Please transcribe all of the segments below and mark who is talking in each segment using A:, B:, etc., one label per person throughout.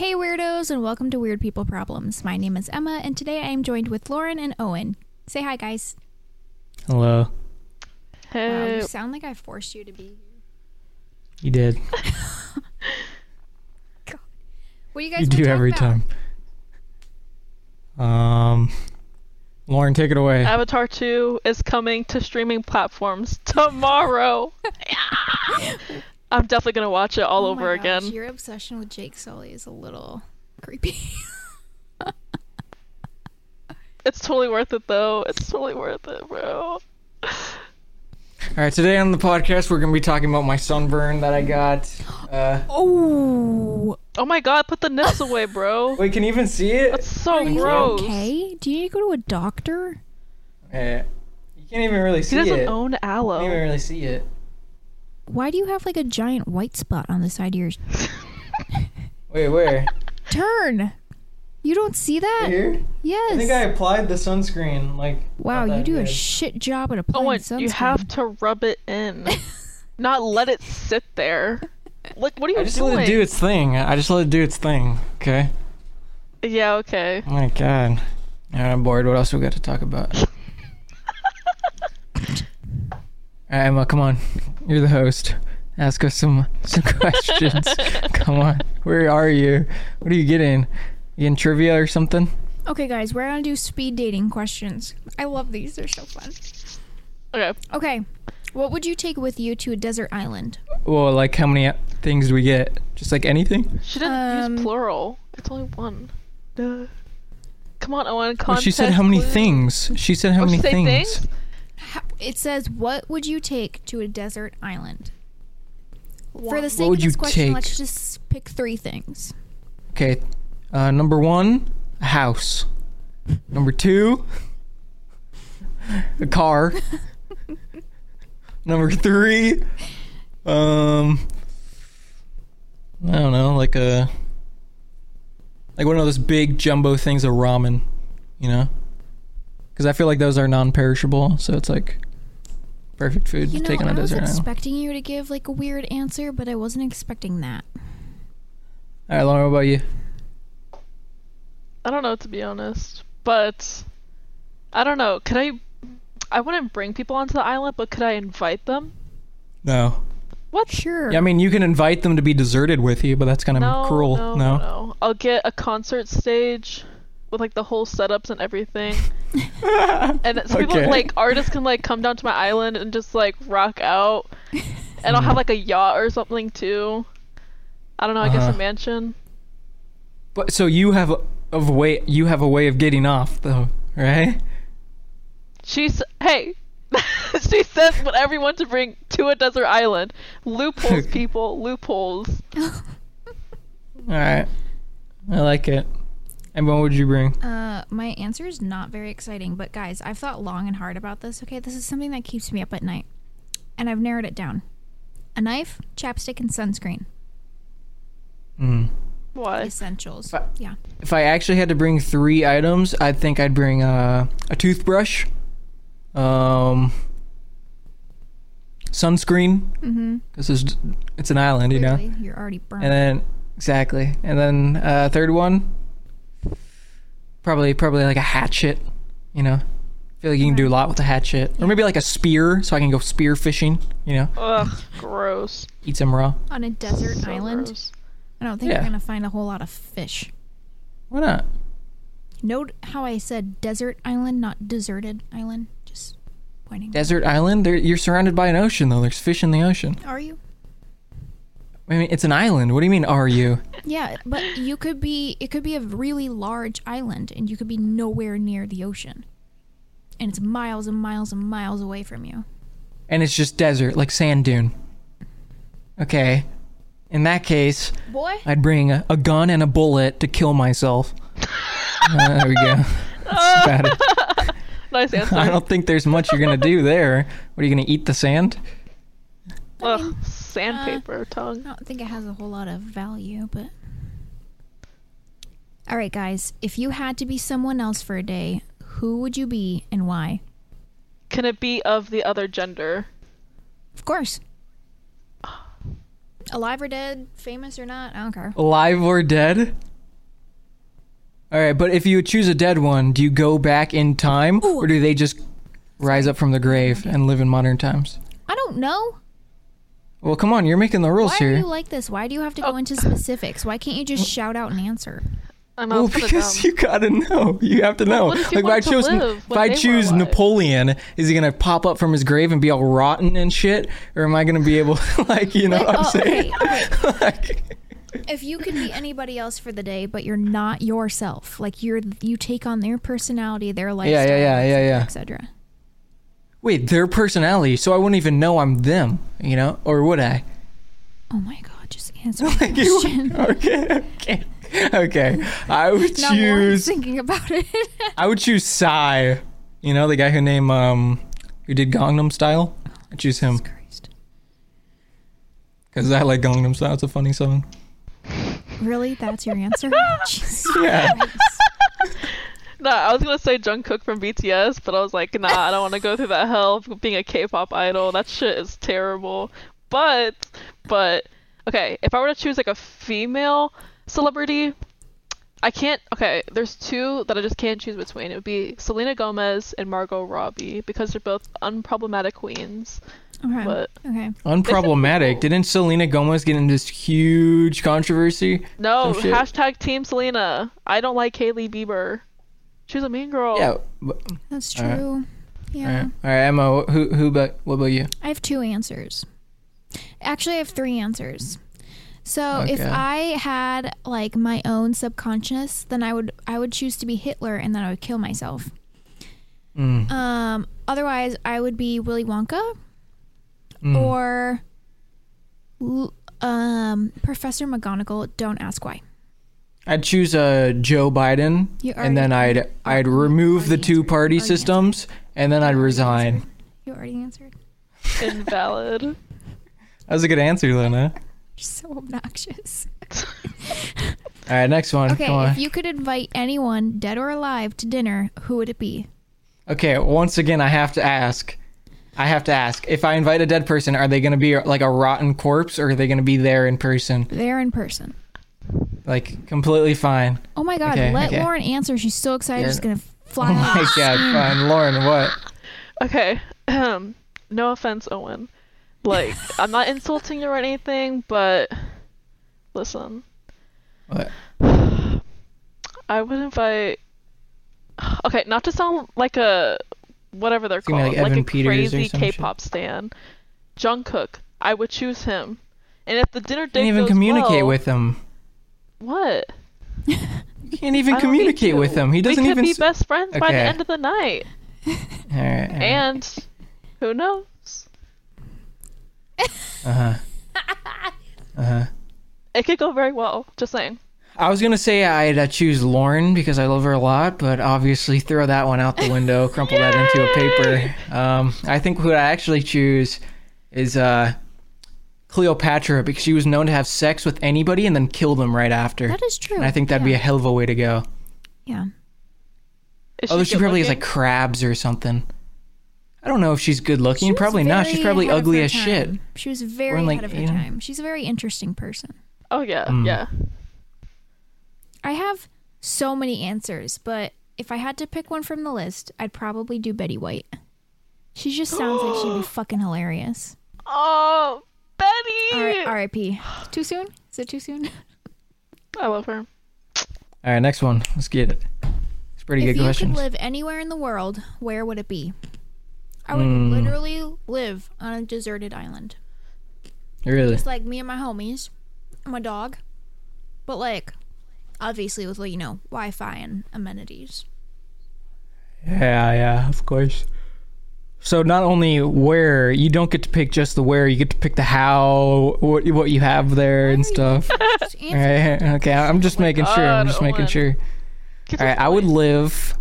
A: Hellos and welcome to Weird People Problems. My name is Emma, and today I am joined with Lauren and Owen. Say hi, guys.
B: Hello.
A: Wow,
C: Hey,
A: you sound like I forced you to be.
B: You did.
A: What do you guys? wanna
B: You do
A: talk
B: every
A: about?
B: time. Um, Lauren, take it
A: Oh.
B: away.
C: Avatar 2 is coming to streaming platforms tomorrow. I'm definitely gonna watch it all
A: Oh my
C: over
A: gosh,
C: again.
A: Your obsession with Jake Sully is a little creepy.
C: It's totally worth it though. It's totally worth it, bro.
B: All right, today on the podcast, we're going to be talking about my sunburn that I got. Uh,
A: oh,
C: Oh my god, put the nips away, bro.
B: wait, can you even see it?
C: That's so
A: are you
C: Oh, gross.
A: okay? Do you need to go to a doctor?
B: Eh, you can't even really
C: He
B: see
C: doesn't
B: it.
C: own
B: You can't even
C: aloe.
B: really see it.
A: Why do you have like a giant white spot on the side of your
B: Wait, where?
A: turn? You don't see that?
B: Here?
A: Yes.
B: I think I applied the sunscreen. Like
A: wow,
B: not
A: you
B: that
A: do a
B: good.
A: shit job at applying
C: Owen,
A: sunscreen.
C: you have to rub it in. Not let it sit there. Like what are you
B: I just
C: doing?
B: let it do its thing. I just let it do its thing. Okay.
C: Yeah, okay.
B: Oh my god. All right, I'm bored. What else we got to talk about? All right, Emma, come on. You're the host. Ask us some some questions. come on. Where are you? What are you getting? You in trivia or something?
A: Okay, guys, we're gonna do speed dating questions. I love these; they're so fun.
C: Okay.
A: Okay, what would you take with you to a desert island?
B: Well, like how many things do we get? Just like anything?
C: She didn't
A: Um,
C: use plural. It's only one. Duh. Come on, Owen.
B: Well,
C: Context,
B: she said how many
C: clues.
B: things? She said how
C: Oh,
B: many
C: she said
B: things?
C: things?
A: How, it says, "What would you take to a desert island?" For the sake
B: would
A: of this
B: you
A: question,
B: take?
A: let's just pick three things.
B: Okay. Uh, number one, a house. Number two, a car. number three, um, I don't know, like a, like one of those big jumbo things of ramen, you know? Because I feel like those are non-perishable, so it's like perfect food
A: You
B: to
A: know,
B: take on a
A: I was
B: desert island.
A: expecting you to give like a weird answer, but I wasn't expecting that.
B: All right, Lauren, what about you?
C: I don't know to be honest, but I don't know. Could I? I wouldn't bring people onto the island, but could I invite them?
B: No.
C: What?
A: Sure.
B: Yeah, I mean, you can invite them to be deserted with you, but that's kind of
C: No,
B: cruel.
C: no, no, no. I'll get a concert stage with like the whole setups and everything, and so
B: Okay.
C: people like artists can like come down to my island and just like rock out, and I'll have like a yacht or something too. I don't know. I guess
B: Uh-huh.
C: a mansion.
B: But so you have a, of way you have a way of getting off though, right?
C: She's hey. she says what everyone to bring to a desert island. Loopholes, people. Loopholes.
B: All right, I like it. And what would you bring?
A: Uh, my answer is not very exciting, but guys, I've thought long and hard about this. Okay, this is something that keeps me up at night, and I've narrowed it down: a knife, chapstick, and sunscreen.
B: Mm.
C: Why?
A: essentials.
B: But-
A: yeah.
B: If I actually had to bring three items, I think I'd bring uh, a toothbrush, um, sunscreen,
A: Mm-hmm.
B: because it's it's an island, you know.
A: You're already burned.
B: And then exactly, and then uh, third one, probably probably like a hatchet, you know. I feel like you can do a lot with a hatchet, or maybe like a spear, so I can go spear fishing, you know.
C: Ugh, gross.
B: Eat some raw.
A: On a desert
C: So
A: island,
C: gross.
A: I don't think
B: Yeah.
A: you're gonna find a whole lot of fish.
B: Why not?
A: Note how I said desert island, not deserted island. Just pointing.
B: Desert island? There, you're surrounded by an ocean, though. There's fish in the ocean.
A: Are you?
B: I mean, it's an island. What do you mean, are you?
A: Yeah, but you could be. It could be a really large island, and you could be nowhere near the ocean, and it's miles and miles and miles away from you.
B: And it's just desert, like sand dune. Okay. In that case,
A: Boy,
B: I'd bring a, a gun and a bullet to kill myself. Uh, there we go. That's about it.
C: Nice answer.
B: I don't think there's much you're gonna do there. What are you gonna eat the sand?
C: Ugh, sandpaper tongue.
A: I don't think it has a whole lot of value, but. All right, guys. If you had to be someone else for a day, who would you be and why?
C: Can it be of the other gender?
A: Of course. Alive or dead, famous or not, I don't care.
B: Alive or dead? All right, but if you choose a dead one, do you go back in time,
A: Ooh.
B: or do they just rise up from the grave and live in modern times?
A: I don't know.
B: Well, come on, you're making the rules
A: Why are
B: here.
A: you like this? Why do you have to go
B: Oh.
A: into specifics? Why can't you just shout out an answer?
C: I'm
B: well,
C: out for the
B: because
C: dumb.
B: you gotta know. You have to know.
C: What if you
B: if I
C: wanted to
B: chose,
C: live
B: if
C: when
B: I
C: they were
B: choose
C: alive?
B: Napoleon, is he gonna pop up from his grave and be all rotten and shit, or am I gonna be able, like, you know
A: Wait,
B: what I'm
A: oh,
B: saying?
A: okay,
B: Like-
A: If you could be anybody else for the day, but you're not yourself, like you're you take on their personality, their
B: yeah,
A: lifestyle,
B: yeah, yeah, yeah.
A: etc.
B: Wait, their personality, so I wouldn't even know I'm them, you know, or would I?
A: Oh my god, just answer the
B: Like, you-
A: question.
B: okay, okay, okay. I would
A: Now I'm
B: choose.
A: thinking about it.
B: I would choose Psy. You know, the guy who named um who did Gangnam Style. I choose him
A: Christ.
B: because I like Gangnam Style. It's a funny song.
A: Really? That's your answer? Jesus
B: Yeah.
A: Christ.
C: No, I was gonna say Jungkook from BTS, but I was like, nah, I don't want to go through that hell of being a K-pop idol. That shit is terrible. But, but, okay, if I were to choose like a female celebrity, I can't. Okay, there's two that I just can't choose between. It would be Selena Gomez and Margot Robbie because they're both unproblematic queens.
A: Okay.
C: But
A: Okay.
B: Unproblematic. Didn't Selena Gomez get in this huge controversy?
C: no,
B: Some shit.
C: hashtag Team Selena. I don't like Hailey Bieber. She's a mean girl.
B: Yeah. but-
A: That's
B: All right.
A: true.
B: All
A: Oh. Yeah.
B: right, all right, Emma. wh- Who, who, but what about you?
A: I have two answers. Actually, I have three answers. So if
B: Okay.
A: I had like my own subconscious, then I would I would choose to be Hitler and then I would kill myself.
B: Mm.
A: Um, otherwise, I would be Willy Wonka
B: Mm.
A: or l- um, Professor McGonagall. Don't ask why.
B: I'd choose uh, Joe Biden,
A: You
B: and then
A: already-
B: I'd I'd remove the
A: already
B: two
C: Oh,
B: party
A: Already answered.
B: systems, and then I'd resign.
A: You already answered.
C: Invalid.
B: That was a good answer, Lena.
A: You're so obnoxious.
B: All right, next one.
A: Okay,
B: Come on.
A: if you could invite anyone, dead or alive, to dinner, who would it be?
B: Okay, once again, I have to ask. I have to ask. If I invite a dead person, are they going to be like a rotten corpse or are they going to be there in person?
A: There in person.
B: Like, completely fine.
A: Oh my god,
B: Okay,
A: let
B: okay.
A: Lauren answer. She's so excited.
B: Yeah.
A: She's going to
B: Oh
A: fly
B: my
A: out.
B: god, fine. Lauren, what?
C: Okay. um, no offense, Owen. Like, I'm not insulting you or anything, but listen,
B: What?
C: I would invite. Okay, not to sound like a whatever they're
B: It's gonna be
C: called,
B: like Evan
C: a
B: Peters or
C: crazy
B: some shit.
C: K-pop stan, Jungkook. I would choose him. And if the dinner date
B: Can't even
C: goes
B: communicate
C: well-
B: with him.
C: what?
B: You can't even
C: I don't need
B: communicate with
C: to.
B: him. He doesn't
C: we could
B: even.
C: be
B: s-
C: best friends by the
B: Okay.
C: end of the night,
B: All right, all right.
C: and who knows?
B: Uh huh. Uh huh.
C: It could go very well. Just saying.
B: I was gonna say I'd uh, choose Lauren because I love her a lot, but obviously throw that one out the window, crumple that into a paper. Um, I think who I actually choose is uh, Cleopatra because she was known to have sex with anybody and then kill them right after.
A: That is true.
B: and I think that'd be a hell of a way to go.
A: Yeah.
C: Is
B: Although Oh, she probably has
C: good-looking?
B: like crabs or something. I don't know if she's good looking.
A: was
B: probably not. She's
A: very
B: probably
A: ahead of
B: ugly
A: her
B: as shit.
A: time. She was very
B: Or, like,
A: ahead of her
B: you know-
A: time. She's a very interesting person.
C: Oh yeah,
B: Mm.
C: yeah.
A: I have so many answers, but if I had to pick one from the list, I'd probably do Betty White. She just sounds like she'd be fucking hilarious.
C: Oh, Betty!
A: R- R.I.P. Too soon? Is it too soon?
C: I love her.
B: All right, next one. Let's get it. It's pretty
A: if
B: good
A: you
B: questions.
A: could live anywhere in the world, where would it be? I would
B: Hmm.
A: literally live on a deserted island.
B: really?
A: It's like me and my homies, and my dog, but like obviously with like you know Wi-Fi and amenities.
B: Yeah, yeah, of course. So not only where you don't get to pick just the where, you get to pick the how, what what you have there and stuff.
A: Just
B: All
A: answer-
B: right, okay, I'm just making sure. I'm just
C: God,
B: making
C: Owen.
B: sure. All right, I would live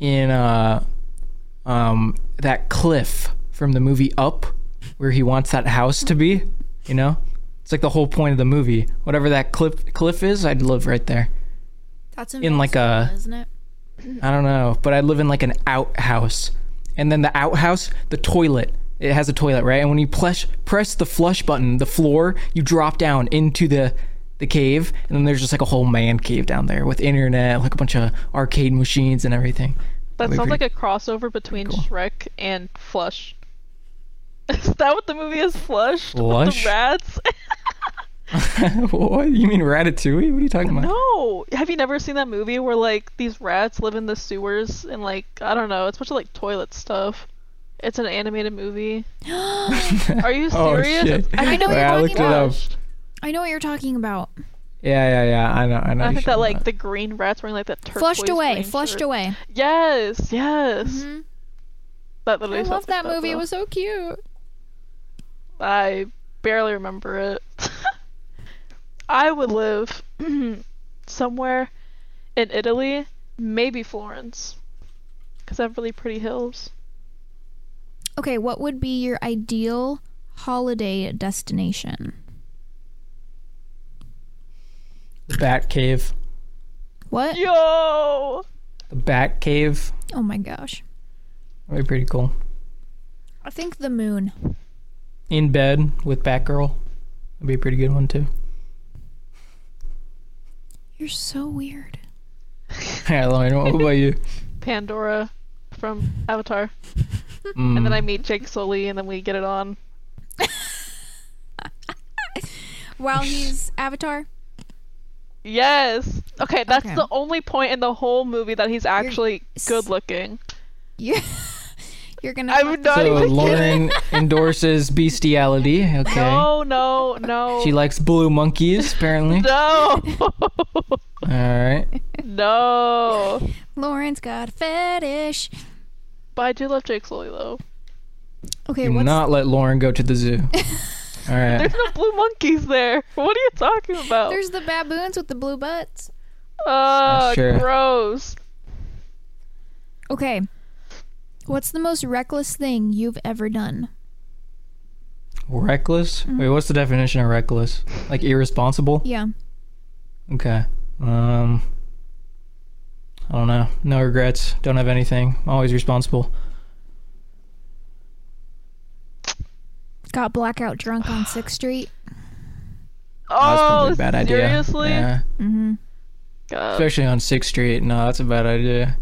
B: in uh um that cliff from the movie Up, where he wants that house to be. You know, it's like the whole point of the movie. Whatever that cliff cliff is, I'd live right there.
A: That's
B: in like
A: Venezuela,
B: a-
A: isn't it?
B: I don't know, but I live in like an outhouse. And then the outhouse, the toilet, it has a toilet, right? And when you plush, press the flush button, the floor, you drop down into the the cave, and then there's just like a whole man cave down there with internet, like a bunch of arcade machines and everything.
C: That
B: That'd be
C: sounds
B: pretty-
C: like a crossover between
B: cool.
C: Shrek and Flush. Is that what the movie is? Flush? With
B: Flush?
C: the rats?
B: what? You mean Ratatouille? What are you talking about?
C: no! Have you never seen that movie where, like, these rats live in the sewers and, like, I don't know, it's a bunch of, like, toilet stuff? It's an animated movie. Are you
B: Oh
C: serious?
B: shit!
C: I
A: I
C: think
A: know what
B: Wait,
A: you're
B: I
A: talking
B: looked it
A: about.
B: up.
C: Flushed.
A: I know what you're talking about.
B: Yeah, yeah, yeah. I know. I know.
C: I
B: you
C: think that
B: showed me
C: like the green rats wearing like that turquoise
A: Flushed away.
C: green
A: Flushed
C: shirt.
A: away.
C: Yes, yes.
A: Mhm.
C: That
A: I
C: literally sounds
A: love
C: like
A: that movie. It
C: though.
A: was so cute.
C: I barely remember it. I would live somewhere in Italy, maybe Florence, because I have really pretty hills.
A: Okay, what would be your ideal holiday destination?
B: the Bat Cave.
A: What?
C: Yo,
B: The Bat Cave.
A: Oh my gosh.
B: That'd be pretty cool.
A: I think the moon.
B: In bed with Batgirl. That'd be a pretty good one too.
A: You're so weird.
B: Yeah, Lauren, what about you?
C: Pandora from Avatar,
B: Mm,
C: and then I meet Jake Sully, and then we get it on.
A: While he's Avatar,
C: Yes. Okay, that's
A: Okay.
C: the only point in the whole movie that he's actually
A: s-
C: good looking.
A: you're, you're gonna.
C: I'm
A: have to-
C: not
B: so
C: even kidding.
B: Lauren endorses bestiality. Okay.
C: No, no, no.
B: She likes blue monkeys, apparently.
C: no.
B: All right.
C: no.
A: Lauren's got a fetish.
C: But I do love Jake Sully though.
A: Okay,
B: Do
A: what's
B: not let Lauren go to the zoo. All right.
C: There's no blue monkeys there. What are you talking about?
A: there's the baboons with the blue butts.
C: oh,
B: Sure.
C: gross.
A: Okay, what's the most reckless thing you've ever done?
B: Reckless?
A: Mm-hmm.
B: Wait, what's the definition of reckless? Like irresponsible?
A: Yeah,
B: Okay. Um. I don't know. No regrets. Don't have anything. I'm always responsible.
A: got blackout drunk on Sixth Street.
B: That's
C: Oh,
B: probably a bad idea.
C: seriously?
B: Yeah.
A: Mm-hmm.
C: God,
B: Especially on Sixth Street. No, that's a bad idea.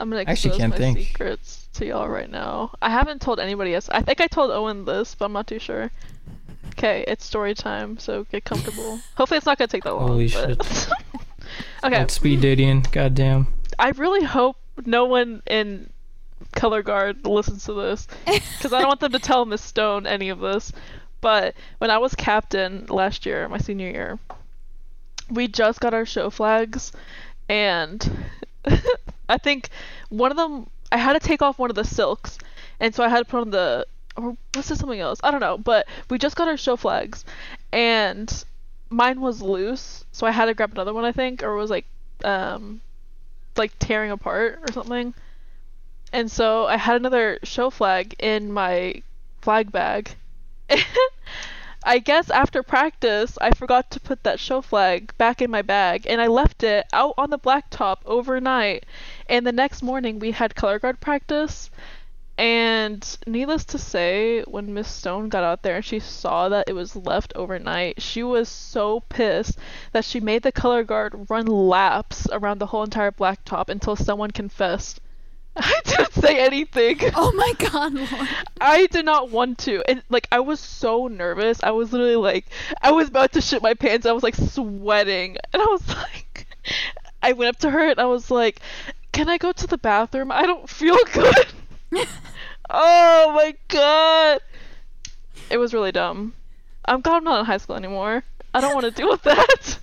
C: I'm gonna
B: I actually
C: expose
B: can't
C: my
B: think.
C: secrets to y'all right now. I haven't told anybody else. I think I told Owen this, but I'm not too sure. Okay, it's story time, so get comfortable. Hopefully, it's not gonna take that long.
B: Holy
C: but- okay,
B: That speed dating. Goddamn.
C: I really hope no one in color guard listens to this because I don't want them to tell Miss Stone any of this. But when I was captain last year, my senior year, we just got our show flags, and I think one of them I had to take off one of the silks, and so I had to put on the or was it something else? I don't know. But we just got our show flags, and mine was loose, so I had to grab another one I think, or it was like um like tearing apart or something. And so I had another show flag in my flag bag. I guess after practice, I forgot to put that show flag back in my bag and I left it out on the blacktop overnight. And the next morning, we had color guard practice. And needless to say, when Miss Stone got out there and she saw that it was left overnight, she was so pissed that she made the color guard run laps around the whole entire blacktop until someone confessed. I didn't say anything.
A: Oh my God, Lauren.
C: I did not want to. And like I was so nervous. I was literally like I was about to shit my pants. I was like sweating. And I was like I went up to her and I was like, "Can I go to the bathroom? I don't feel good." oh my god. It was really dumb. I'm glad I'm not in high school anymore. I don't want to deal with that.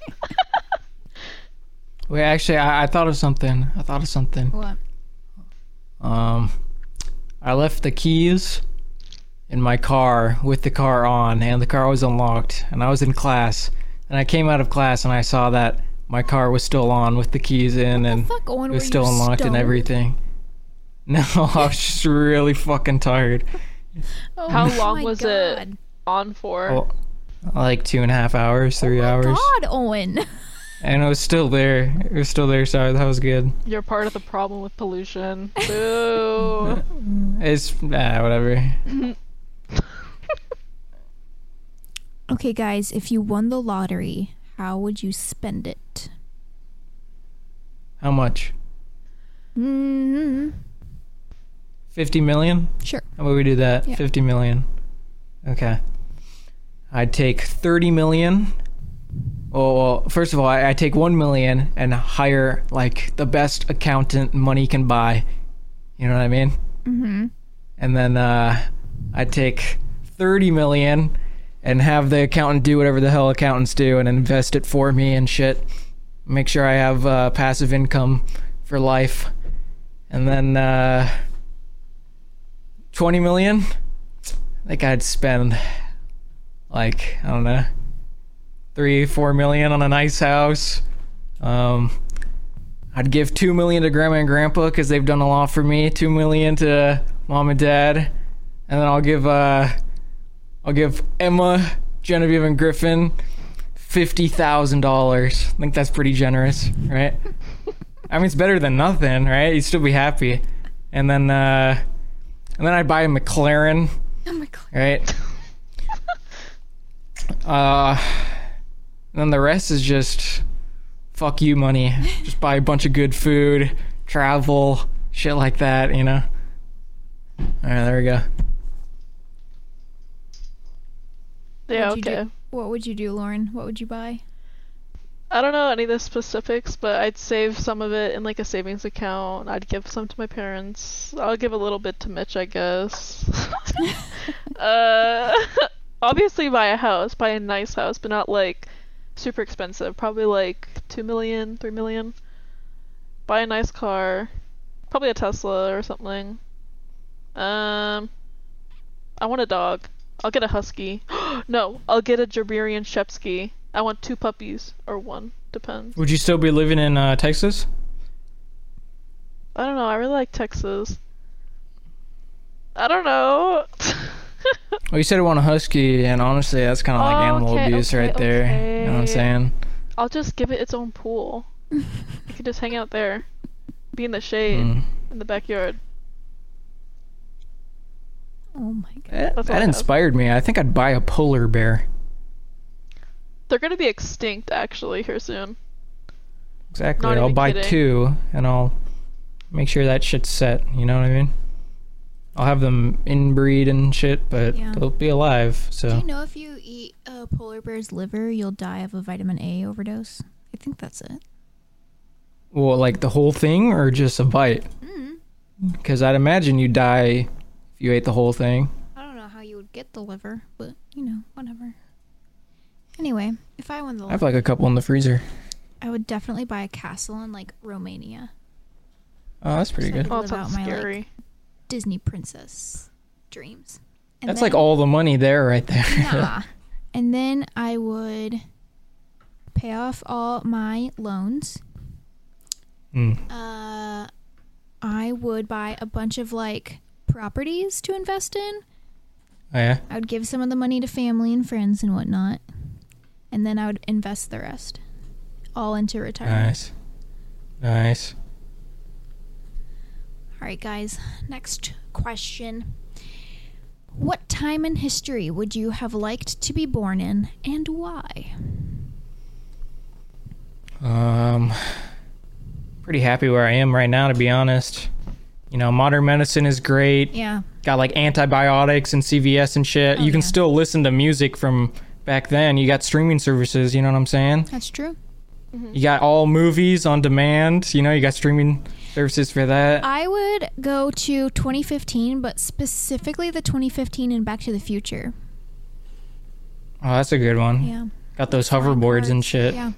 B: Wait, actually, I, I thought of something. I thought of something.
A: What?
B: Um, I left the keys in my car with the car on, and the car was unlocked. And I was in class, and I came out of class, and I saw that my car was still on with the keys in, and
A: Fuck Owen.
B: it was still unlocked and everything. No, I was just really fucking tired.
A: Oh
C: How long was it? On for
B: Well, like two and a half hours, three hours,
A: Oh God, Owen.
B: and it was still there. It was still there. Sorry, that was good.
C: you're part of the problem with pollution. Boo.
B: It's ah, whatever.
A: Okay, guys, if you won the lottery, how would you spend it?
B: How much?
A: Mm-hmm.
B: 50 million?
A: Sure.
B: How about we do that?
A: Yeah.
B: 50 million. Okay. I'd take 30 million. Well, well first of all, I, I take 1 million and hire like the best accountant money can buy. You know what I mean?
A: Mm-hmm.
B: And then uh, I'd take 30 million and have the accountant do whatever the hell accountants do and invest it for me and shit. Make sure I have uh, passive income for life. And then uh, 20 million? I think I'd spend like, I don't know, three, four million on a nice house. Um, I'd give two million to grandma and grandpa because they've done a lot for me. Two million to mom and dad, and then I'll give uh, I'll give Emma, Genevieve, and Griffin fifty thousand dollars. I think that's pretty generous, right? I mean, it's better than nothing, right? You'd still be happy. And then uh, and then I'd buy a McLaren,
A: Oh my god.
B: right? uh, and then the rest is just fuck you money. Just buy a bunch of good food, travel, shit like that, you know? Alright, there we go.
C: Yeah,
A: What'd you
C: okay.
A: do- What would you do, Lauren? What would you buy?
C: I don't know any of the specifics, but I'd save some of it in like a savings account. I'd give some to my parents. I'll give a little bit to Mitch, I guess. uh, obviously buy a house, buy a nice house, but not like super expensive. Probably like two million, three million. Buy a nice car, probably a Tesla or something. Um, I want a dog. I'll get a husky. no, I'll get a Gerberian Shepsky. I want two puppies or one, depends.
B: Would you still be living in uh, Texas?
C: I don't know. I really like Texas. I don't know.
B: Well, you said I want a husky, and honestly, that's kind of like
C: Oh,
B: animal
C: okay,
B: abuse
C: okay,
B: right there. You know what I'm
C: okay.
B: saying?
C: I'll just give it its own pool. It can just hang out there, be in the shade
B: Mm.
C: in the backyard.
A: Oh my god.
B: That,
C: That's all I
B: that
C: have.
B: inspired me. I think I'd buy a polar bear.
C: They're gonna be extinct actually here soon.
B: Exactly.
C: Not
B: I'll
C: even
B: buy
C: kidding.
B: two, and I'll make sure that shit's set. You know what I mean? I'll have them inbreed and shit, but
A: Yeah.
B: they'll be alive.
A: Do
B: So
A: you know if you eat a polar bear's liver, you'll die of a vitamin A overdose? I think that's it.
B: Well, like the whole thing or just a bite?
A: Hmm.
B: Because I'd imagine you die if you ate the whole thing.
A: I don't know how you would get the liver, but you know, whatever. Anyway, if I won the
B: I have
A: lottery,
B: like a couple in the freezer.
A: I would definitely buy a castle in like Romania.
B: Oh, that's pretty good.
A: Something.
C: Oh,
A: Live
C: it sounds
A: out my, like,
C: scary.
A: Disney princess dreams. And
B: That's
A: then-
B: like all the money there, right there.
A: Nah. and then I would pay off all my loans.
B: Mm.
A: Uh, I would buy a bunch of like properties to invest in.
B: Oh, yeah.
A: I would give some of the money to family and friends and whatnot, and then I would invest the rest, all into retirement.
B: Nice. Nice.
A: All right, guys. Next question. What time in history would you have liked to be born in, and why?
B: Um, pretty happy where I am right now, to be honest. You know, modern medicine is great.
A: Yeah,
B: got like antibiotics and CVS and shit.
A: Oh,
B: you can
A: yeah.
B: still listen to music from back then. You got streaming services, you know what I'm saying?
A: that's true. Mm-hmm.
B: You got all movies on demand, you know, you got streaming services for that.
A: I would go to 2015, but specifically the 2015 and Back to the Future.
B: Oh, that's a good one.
A: Yeah.
B: Got those hoverboards and shit.
A: Yeah.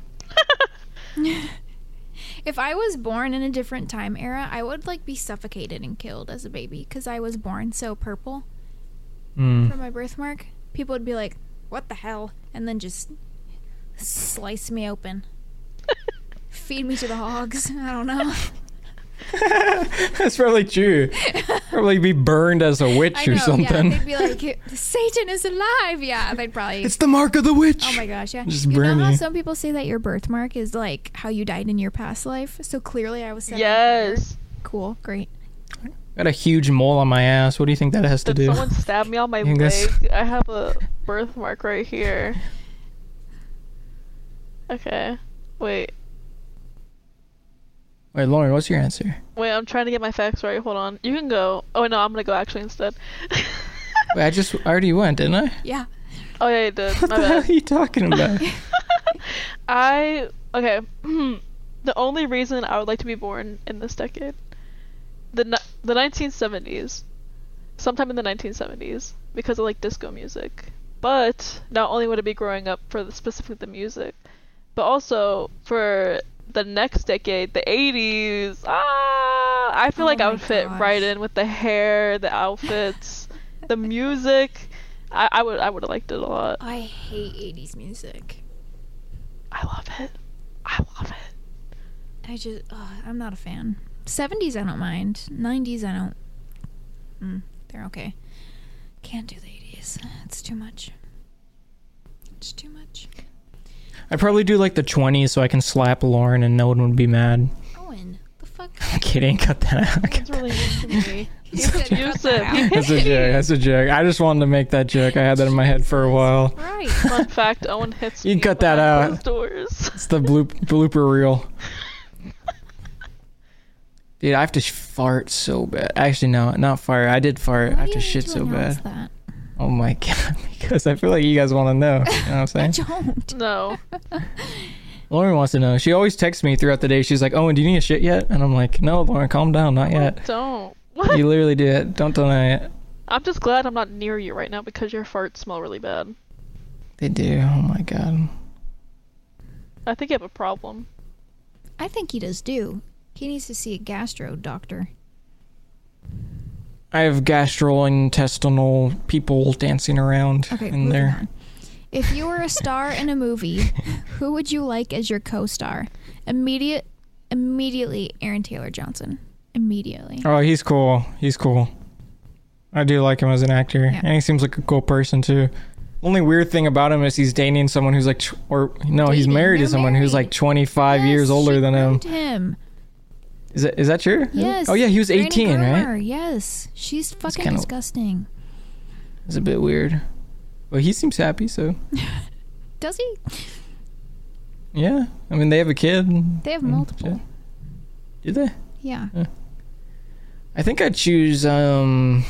A: if I was born in a different time era, I would like be suffocated and killed as a baby because I was born so purple
B: Mm.
A: from my birthmark. People would be like, "What the hell?" and then just slice me open. Feed me to the hogs. I don't know.
B: that's probably true. probably be burned as a witch
A: I
B: or
A: know.
B: something.
A: Yeah, they'd be like, "Satan is alive." Yeah, they'd probably
B: it's the mark of the witch.
A: Oh my gosh, yeah.
B: Just
A: you
B: burn
A: know how
B: you.
A: some people say that your birthmark is like how you died in your past life? So clearly I was set on fire.
C: Yes.
A: Cool, great.
B: got a huge mole on my ass. What do you think that has to
C: Did
B: do?
C: someone stab me on my
B: You think
C: leg?
B: that's-
C: I have a birthmark right here. Okay. Wait.
B: Wait, Lauren, what's your answer?
C: Wait, I'm trying to get my facts right. Hold on. You can go. Oh no, I'm gonna go actually instead.
B: Wait, I just I already went, didn't I?
A: Yeah.
C: oh yeah, you did.
B: What
C: My
B: the hell are
C: bad.
B: you talking about?
C: I okay. the only reason I would like to be born in this decade, the ni- the 1970s, sometime in the 1970s, because I like disco music. But not only would it be growing up for the, specifically the music, but also for the next decade, the 80s. Ah, I feel
A: Oh
C: like I
A: my
C: would fit
A: gosh.
C: right in with the hair, the outfits, the music. I, I would I would have liked it a lot.
A: I hate 80s music.
C: I love it. I love it.
A: I just, ugh, I'm not a fan. 70s, I don't mind. 90s, I don't. Mm, they're okay. Can't do the 80s. It's too much. It's too much.
B: I probably do like the 20s so I can slap Lauren and no one would be mad.
A: Owen, the fuck?
B: I'm kidding. Cut that out.
C: It's really mean to me.
A: Cut that
C: Yusuf,
A: out.
B: That's a joke. That's a joke. I just wanted to make that joke. I had that in my head for a while.
A: Right.
C: Fun fact: Owen hits.
B: You
C: me
B: cut that
C: behind
B: out.
C: closed Doors.
B: It's the bloop, blooper reel. Dude, I have to sh- fart so bad. Actually, no, not fart. I did fart. I
A: Why
B: have
A: do
B: to
A: you need
B: shit so
A: announce
B: bad.
A: That?
B: Oh my god. Because I feel like you guys want to know. You know what I'm
A: I
B: saying?
A: don't.
C: No,
B: Lauren wants to know. She always texts me throughout the day. She's like, Owen, do you need a shit yet? And I'm like, no, Lauren, calm down. Not yet.
C: don't. What?
B: You literally do it. Don't deny it.
C: I'm just glad I'm not near you right now because your farts smell really bad.
B: They do. Oh my god.
C: I think you have a problem.
A: I think he does do. He needs to see a gastro doctor.
B: I have gastrointestinal people dancing around
A: Okay,
B: in
A: moving
B: there.
A: on. If you were a star in a movie, who would you like as your co-star? Immediate, immediately, Aaron Taylor Johnson. Immediately.
B: Oh, he's cool. He's cool. I do like him as an actor,
A: Yeah.
B: and he seems like a cool person too. Only weird thing about him is he's dating someone who's like, tw- or no, he's
A: Dating.
B: married
A: They're
B: to someone who's like
A: married.
B: 25 years
A: Yes,
B: older
A: she
B: than him.
A: groomed him.
B: Is that is that true?
A: Yes.
B: Oh yeah, he was
A: Granny
B: 18, right?
A: Groomer, Yes. She's fucking
B: kinda-
A: disgusting.
B: It's a bit weird, but he seems happy. So
A: Does he?
B: yeah, I mean they have a kid.
A: They have
B: Mm,
A: multiple.
B: Do they?
A: Yeah.
B: I think I'd choose um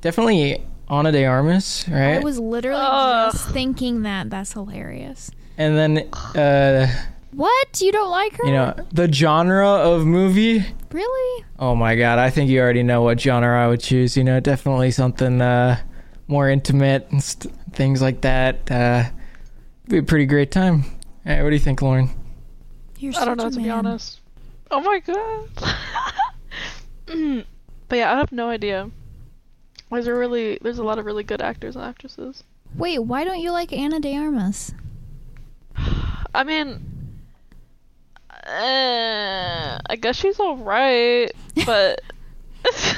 B: definitely Ana de Armas,
A: I
B: right?
A: was literally
C: Ugh.
A: just thinking that. That's hilarious.
B: and then uh
A: What? You don't like her?
B: you know the genre of movie.
A: Really?
B: Oh my god, I think you already know what genre I would choose. You know, definitely something uh, more intimate and st- things like that. Uh, be a pretty great time. Hey, what do you think, Lauren?
A: You're
C: I don't
A: such
C: know
A: a
C: to be
A: man.
C: honest. Oh my god. Mm. but yeah, I have no idea. There's a really, there's a lot of really good actors and actresses.
A: Wait, why don't you like Anna de Armas?
C: I mean, eh, I guess she's alright, but.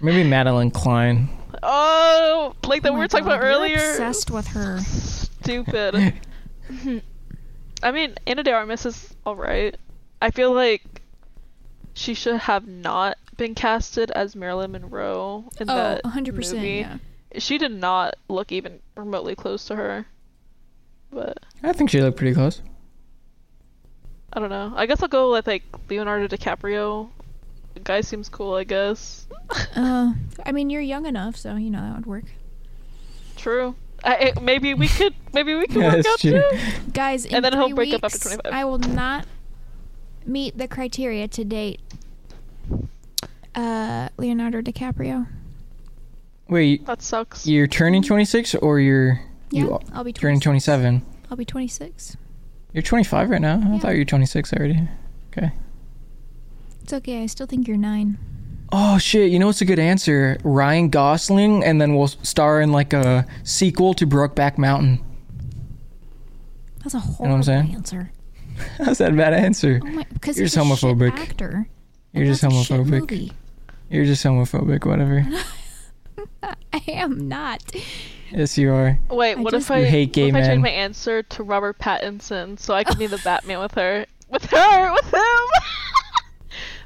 B: Maybe Madeline Klein.
C: Oh, like that
A: Oh
C: we
A: my
C: were talking
A: God,
C: about
A: you're
C: earlier.
A: obsessed with her.
C: Stupid. I mean, Anna de Armas is alright. I feel like she should have not been casted as Marilyn Monroe in
A: Oh,
C: that
A: 100%.
C: movie.
A: Yeah.
C: She did not look even remotely close to her. But
B: I think she looked pretty close.
C: I don't know. I guess I'll go with like Leonardo DiCaprio. The guy seems cool, I guess.
A: Uh, I mean, you're young enough, so you know that would work.
C: True. I, I- maybe we could. Maybe we could
B: Yeah,
C: work
B: that's
C: out
B: true.
C: too.
A: Guys, in
C: And then he'll
A: three
C: break up after
A: weeks,
C: 25.
A: I will not meet the criteria to date uh, Leonardo DiCaprio.
B: Wait,
C: That sucks.
B: you're turning 26 or you're
A: Yeah,
B: you
A: I'll be 26.
B: turning 27?
A: I'll be 26.
B: You're 25 right now. I
A: Yeah.
B: thought you were 26 already. Okay.
A: It's okay. I still think you're nine.
B: Oh shit! You know what's a good answer? Ryan Gosling, and then we'll star in like a sequel to Brokeback Mountain.
A: That's a horrible
B: know what I'm saying?
A: answer.
B: How's that a bad answer?
A: Oh my, because
B: You're
A: he's
B: just
A: a shit
B: homophobic.
A: actor.
B: You're just
A: That's a shit
B: homophobic.
A: movie.
B: You're just homophobic, whatever.
A: Uh, I am not.
B: yes, you are.
C: Wait,
A: I
C: what
A: just-
C: if I
B: You hate gay
C: what if I
B: men.
C: change my answer to Robert Pattinson so I can be the Batman with her? With her, with him.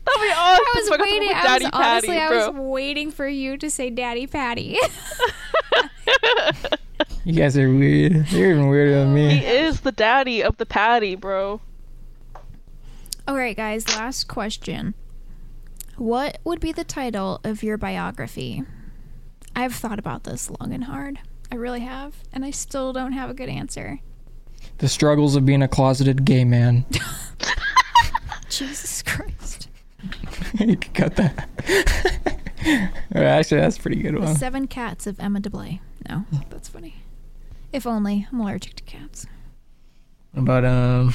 C: That'd be awesome.
A: I was
C: Fuck up
A: waiting.
C: with
A: I was
C: Daddy
A: honestly,
C: Patty,
A: I
C: bro.
A: was waiting for you to say "Daddy Patty."
B: You guys are weird. You're even weirder than
C: he
B: me.
C: is the daddy of the patty, bro.
A: All right, guys. Last question. What would be the title of your biography? I've thought about this long and hard. I really have, and I still don't have a good answer.
B: The struggles of being a closeted gay man.
A: Jesus Christ.
B: you can cut that. Alright, actually, that's a pretty good
A: The
B: one.
A: Seven Cats of Emma DeBlay. No, that's funny. If only I'm allergic to cats.
B: What about um,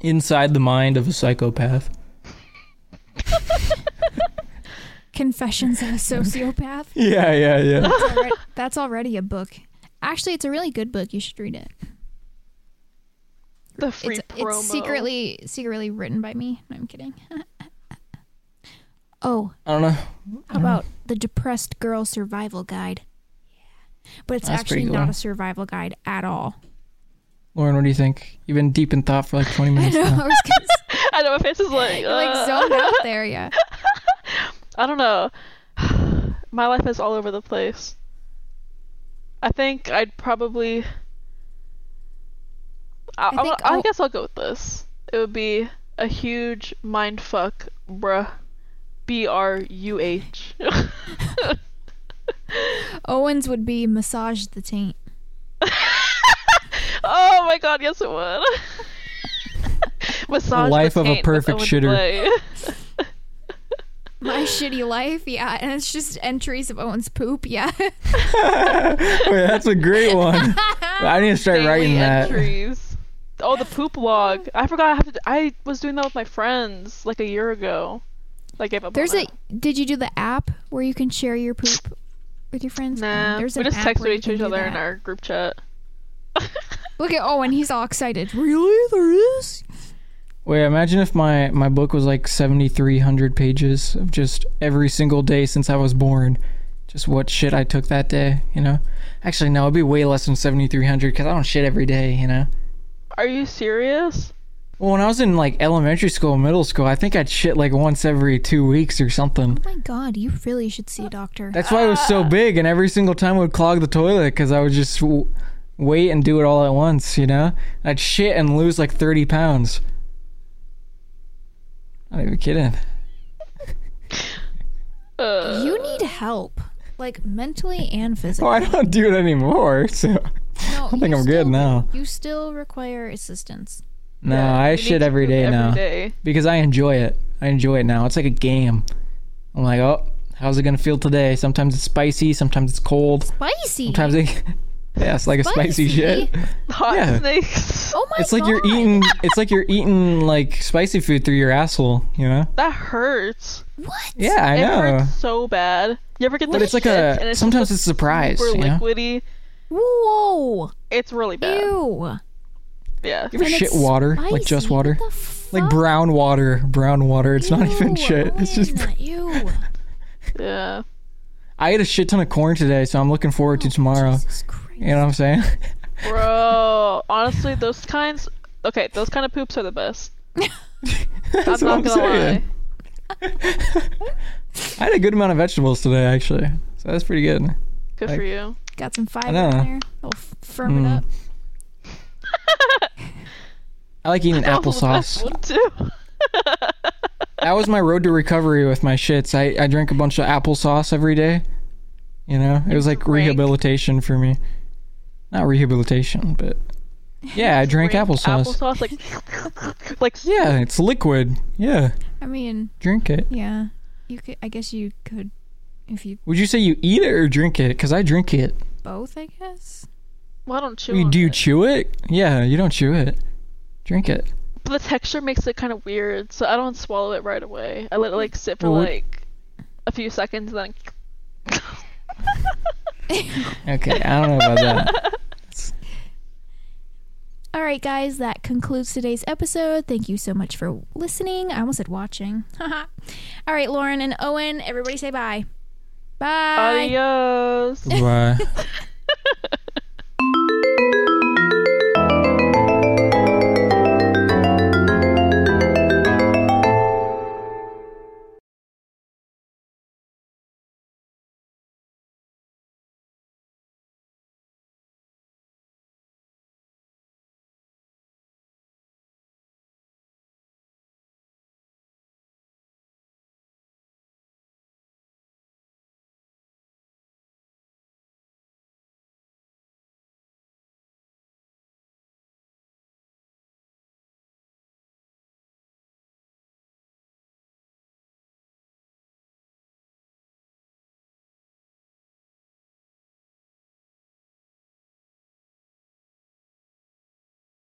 B: inside the mind of a psychopath.
A: Confessions of a Sociopath.
B: Yeah, yeah, yeah.
A: That's already, that's already a book. Actually, it's a really good book. You should read it.
C: The free
A: It's,
C: promo.
A: it's secretly secretly written by me. No, I'm kidding. oh,
B: I don't know.
A: how about the Depressed Girl Survival Guide? Yeah, but it's
B: That's pretty
A: actually
B: good
A: not
B: one.
A: a survival guide at all.
B: Lauren, what do you think? You've been deep in thought for like 20
A: I
B: minutes
A: know.
B: now.
A: I was gonna say,
C: I know my face is like.
A: you're, like
C: uh,
A: zoned out there. Yeah.
C: I don't know. My life is all over the place. I think I'd probably. I, I,
A: think
C: I
A: I'll-
C: guess I'll go with this. It would be a huge mind fuck, bruh. B R U H.
A: Owens would be massage the taint.
C: Oh my god, yes it would. Massage
B: Life of a perfect shitter.
A: My shitty life. Yeah, and it's just entries of Owens poop. Yeah.
B: Wait, that's a great one. I need to start writing
C: Writing
B: that.
C: entries. Oh, the poop log. I forgot. I have to. I was doing that with my friends like a year ago. I gave up. on
A: There's a.
C: that.
A: Did you do the app where you can share your poop with your friends?
C: Nah,
A: Oh,
C: we
A: there's an
C: just
A: app
C: text
A: where
C: with
A: you can
C: each
A: do
C: other in
A: that.
C: our group chat.
A: Look at Owen. He's all excited. Really? There is?
B: Wait, imagine if my, my book was like 7,300 pages of just every single day since I was born. Just what shit I took that day, you know? Actually, no, it'd be way less than 7,300 because I don't shit every day, you know?
C: Are you serious?
B: Well, when I was in like elementary school, middle school, I think I'd shit like once every two weeks or something.
A: Oh my God, you really should see a doctor.
B: That's why it was
C: Ah.
B: so big, and every single time I would clog the toilet because I would just w- wait and do it all at once, you know? I'd shit and lose like 30 pounds. Not even kidding.
C: Uh,
A: you need help, like mentally and
B: Oh,
A: physically.
B: I don't do it anymore, so
A: no,
B: I think
A: you
B: I'm good
A: still-
B: now.
A: You still require assistance.
B: No,
C: yeah, you
B: I
C: need
B: shit
C: to
B: every
C: poop
B: day now
C: Every day.
B: because I enjoy it. I enjoy it now. It's like a game. I'm like, oh, how's it gonna feel today? Sometimes it's spicy, sometimes it's cold,
A: Spicy.
B: sometimes it. yeah, it's like a spicy shit.
C: Hot
B: Yeah.
C: snakes.
A: Oh my
B: It's like you're
A: God.
B: eating. It's like you're eating like spicy food through your asshole. You know?
C: That hurts.
A: What?
B: Yeah, I
C: it
B: know.
C: hurts so bad. You ever get the
B: But it's like
C: shits and
B: a.
C: it's
B: Sometimes
C: just
B: it's a surprise.
C: super
B: You know?
C: liquidy.
A: Whoa.
C: It's really bad.
A: Ew.
C: Yeah.
B: You ever
A: And
B: shit
A: it's
B: water, like
A: spicy.
B: just water,
A: What the fuck?
B: like brown water, brown water. It's not
A: Ew,
B: even shit. It's just.
A: Owen, ew.
C: Yeah.
B: I ate a shit ton of corn today, so I'm looking forward to tomorrow.
A: Oh, Jesus Christ.
B: You know what I'm saying?
C: Bro, honestly, those kinds. Okay, those kind of poops are the best.
B: That's
C: I'm
B: what
C: not gonna lie.
B: saying. I had a good amount of vegetables today, actually, so that's pretty good.
C: Good
B: Like-
C: for you.
A: Got some fiber in
B: know.
A: there. It'll f- firm
B: Mm.
A: it up.
B: I like eating applesauce.
C: One too.
B: that was my road to recovery with my shits. I, I drank a bunch of applesauce every day. You know, it was like
C: drank-
B: rehabilitation for me. Not rehabilitation, but yeah, I drank
C: Drink
B: applesauce.
C: Applesauce, like, like
B: Yeah, it's liquid. Yeah,
A: I mean,
B: drink it.
A: yeah. You could. I guess you could, if you
B: Would you say you eat it or drink it? Because I drink it.
A: both. I guess.
C: Why don't chew?
B: You
C: on
B: do you
C: it?
B: chew it? Yeah, you don't chew it. Drink it.
C: But the texture makes it kind of weird, so I don't swallow it right away. I let it like sit for
B: Well, what-
C: like a few seconds, then.
B: Okay, I don't know about that.
A: All right, guys, that concludes today's episode. Thank you so much for listening. I almost said watching. Haha. All right, Lauren and Owen, everybody say bye. Bye.
C: Adios.
B: Why?